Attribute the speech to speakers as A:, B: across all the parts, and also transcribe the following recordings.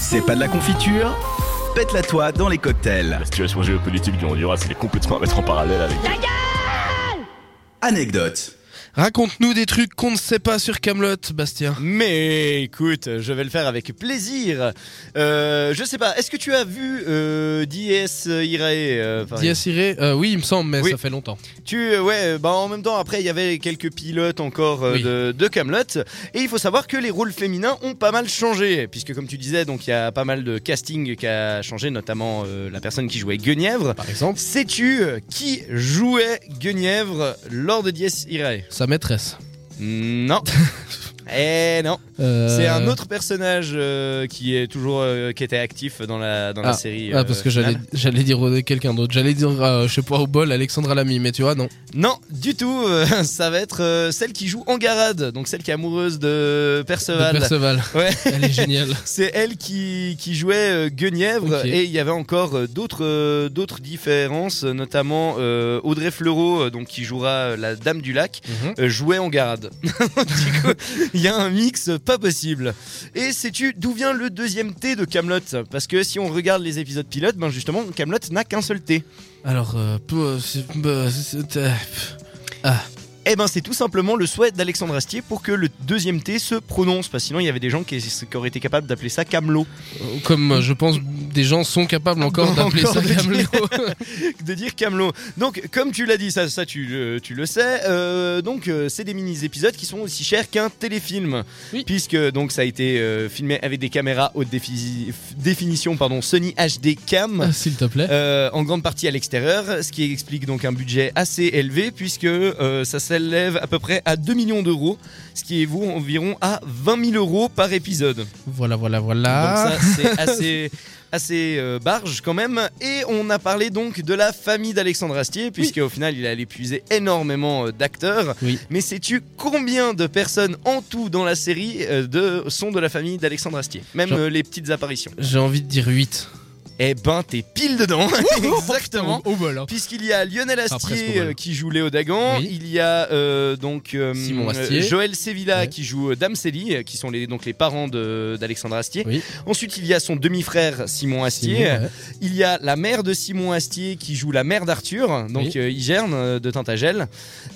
A: C'est pas de la confiture Pète-la toi dans les cocktails.
B: La situation géopolitique du Honduras, il est complètement à mettre en parallèle avec.
A: Anecdote.
C: Raconte-nous des trucs qu'on ne sait pas sur Camelot, Bastien.
D: Mais écoute, je vais le faire avec plaisir. Euh, je sais pas, est-ce que tu as vu euh, DS Irae euh, enfin,
C: Dias Irae, euh, oui, il me semble, mais
D: Oui.
C: ça fait longtemps.
D: Tu euh, ouais, euh, bah en même temps après il y avait quelques pilotes encore euh,
C: Oui.
D: de, de Camelot et il faut savoir que les rôles féminins ont pas mal changé puisque comme tu disais donc il y a pas mal de casting qui a changé notamment euh, la personne qui jouait Guenièvre.
C: Par exemple,
D: Sais-tu euh, qui jouait Guenièvre lors de Dies Irae
C: sa maîtresse.
D: Non. Eh non,
C: Euh,
D: c'est un autre personnage euh, qui est toujours euh, qui était actif dans la dans la série.
C: Ah,
D: euh,
C: parce que j'allais,
D: finale.
C: j'allais dire euh, quelqu'un d'autre. J'allais dire, euh, je sais pas, au bol, Alexandra Lamy, mais tu vois, non.
D: Non, du tout. euh, ça va être euh, celle qui joue Angarade, donc celle qui est amoureuse de
C: De
D: Perceval.
C: Perceval.
D: Ouais.
C: Elle est géniale.
D: C'est elle qui, qui jouait euh, Guenièvre
C: Ok.
D: et il y avait encore euh, d'autres euh, d'autres différences, euh, notamment euh, Audrey Fleurot, euh, donc qui jouera euh, la Dame du Lac,
C: Mhm.
D: euh, jouait Angarade. du coup, il y a un mix pas possible. Et sais-tu d'où vient le deuxième T de Camelot Parce que si on regarde les épisodes pilotes, ben justement Camelot n'a qu'un seul T.
C: Alors, euh, peu- c'est- peu- c'est- euh,
D: Eh ben c'est tout simplement le souhait d'Alexandre Astier pour que le deuxième T se prononce, parce que sinon il y avait des gens qui, qui auraient été capables d'appeler ça Camelot,
C: comme euh, je pense, des gens sont capables encore d'appeler
D: Ah Encore
C: ça
D: de-
C: Camelot.
D: de dire Camelot. Donc comme tu l'as dit, ça, ça tu, le- tu le sais, euh, donc euh, c'est des mini-épisodes qui sont aussi chers qu'un téléfilm,
C: Oui.
D: puisque donc ça a été euh, filmé avec des caméras haute défi- définition, pardon, Sony HD Cam.
C: Ah, S'il te plaît.
D: euh, en grande partie à l'extérieur, ce qui explique donc un budget assez élevé puisque euh, ça s'élève à peu près à 2 millions d'euros, ce qui équivaut environ à 20 000 euros par épisode.
C: Voilà, voilà, voilà.
D: Donc ça, c'est assez, assez euh, barge quand même. Et on a parlé donc de la famille d'Alexandre Astier, puisque au final, il a épuisé énormément euh, d'acteurs.
C: Oui.
D: Mais sais-tu combien de personnes en tout dans la série euh, de, sont de la famille d'Alexandre Astier Même
C: Genre-
D: euh, les petites apparitions.
C: J'ai envie de dire 8.
D: Eh ben, t'es pile dedans Exactement
C: Au, au bol. hein.
D: Puisqu'il y a Lionel
C: Enfin, presque,
D: Astier
C: voilà.
D: euh, qui joue Léo Dagan,
C: Oui.
D: il y a euh, donc euh,
C: Simon
D: euh,
C: Astier.
D: Joël Sevilla
C: Ouais.
D: qui joue euh, Dame Célie, euh, qui sont les, donc les parents de- d'Alexandre Astier.
C: Oui.
D: Ensuite, il y a son demi-frère Simon Astier.
C: Simon, ouais.
D: Il y a la mère de Simon Astier qui joue la mère d'Arthur, donc
C: Oui.
D: euh, Igerne euh, de Tintagel.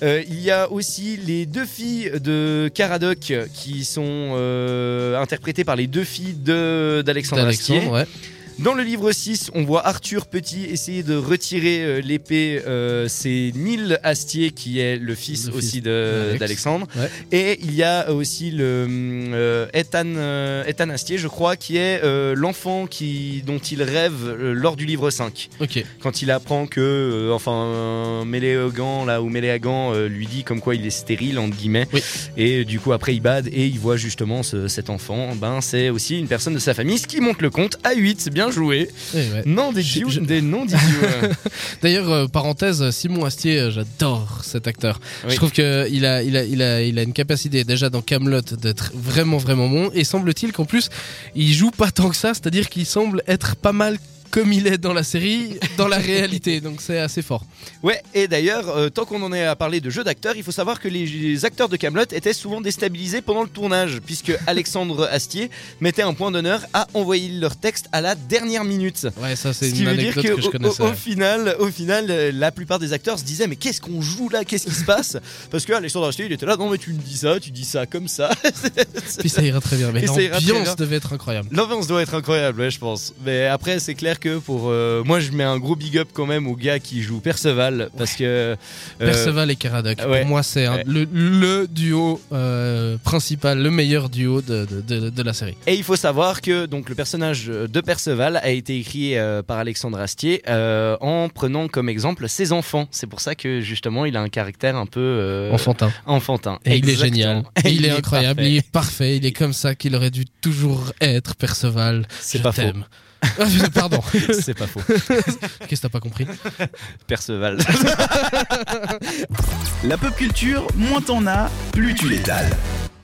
D: Euh, il y a aussi les deux filles de Caradoc euh, qui sont euh, interprétées par les deux filles de- d'Alexandre Astier.
C: D'Alexandre, ouais.
D: Dans le livre 6, on voit Arthur Petit essayer de retirer euh, l'épée. euh, c'est Neil Astier qui est le fils
C: Le fils
D: aussi de-
C: d'Alex.
D: d'Alexandre.
C: Ouais.
D: Et il y a aussi le, hum, euh, Ethan, euh, Ethan Astier, je crois, qui est euh, l'enfant qui, dont il rêve euh, lors du livre 5.
C: Ok.
D: Quand il apprend que, euh, enfin, euh, Méléagan, là, ou Méléagan euh, lui dit comme quoi il est stérile, entre guillemets.
C: Oui.
D: Et euh, du coup, après, il bade et il voit justement ce- cet enfant. Ben, c'est aussi une personne de sa famille, ce qui monte le compte à 8. Bien joué.
C: Eh ouais.
D: Non, des
C: Je-
D: dieux,
C: je-
D: des non, des dieux.
C: D'ailleurs, euh, parenthèse, Simon Astier, euh, j'adore cet acteur.
D: Oui.
C: Je trouve que il a, il a, il a, il a une capacité déjà dans Camelot d'être vraiment, vraiment bon. Et semble-t-il qu'en plus, il joue pas tant que ça, c'est-à-dire qu'il semble être pas mal comme il est dans la série, dans la réalité. Donc c'est assez fort.
D: Ouais, et d'ailleurs, euh, tant qu'on en est à parler de jeux d'acteurs, il faut savoir que les, les acteurs de Camelot étaient souvent déstabilisés pendant le tournage, puisque Alexandre Astier mettait un point d'honneur à envoyer leur texte à la dernière minute.
C: Ouais, ça
D: Ce
C: c'est
D: qui
C: une
D: veut
C: anecdote
D: dire
C: que,
D: que,
C: je
D: au-
C: connaissais.
D: au, au final, au final, euh, la plupart des acteurs se disaient mais qu'est-ce qu'on joue là, qu'est-ce qui se passe Parce que Alexandre Astier il était là non mais tu me dis ça, tu dis ça comme ça.
C: Puis ça ira très bien. Mais
D: Et ça ira très bien.
C: l'ambiance devait être incroyable.
D: L'ambiance doit être incroyable, ouais, je pense. Mais après, c'est clair que pour euh, moi, je mets un gros big up quand même au gars qui joue Perceval parce que euh,
C: Perceval et Caradoc.
D: ouais.
C: Pour moi, c'est un-
D: Ouais.
C: le, le duo euh, principal, le meilleur duo de, de, de- de la série.
D: Et il faut savoir que donc le personnage de Perceval a été écrit euh, par Alexandre Astier euh, en prenant comme exemple ses enfants. C'est pour ça que justement il a un caractère un peu euh,
C: Enfantin.
D: enfantin.
C: Et il est
D: Exactement.
C: génial.
D: Et
C: il, est, incroyable.
D: parfait.
C: Il est parfait. Il est comme ça qu'il aurait dû toujours être, Perceval.
D: C'est
C: Je
D: pas faux.
C: t'aime. Ah, je- Pardon. Qu'est-ce
D: C'est pas faux.
C: que t'as pas compris
D: Perceval.
A: La pop culture, moins t'en as, plus tu l'étales.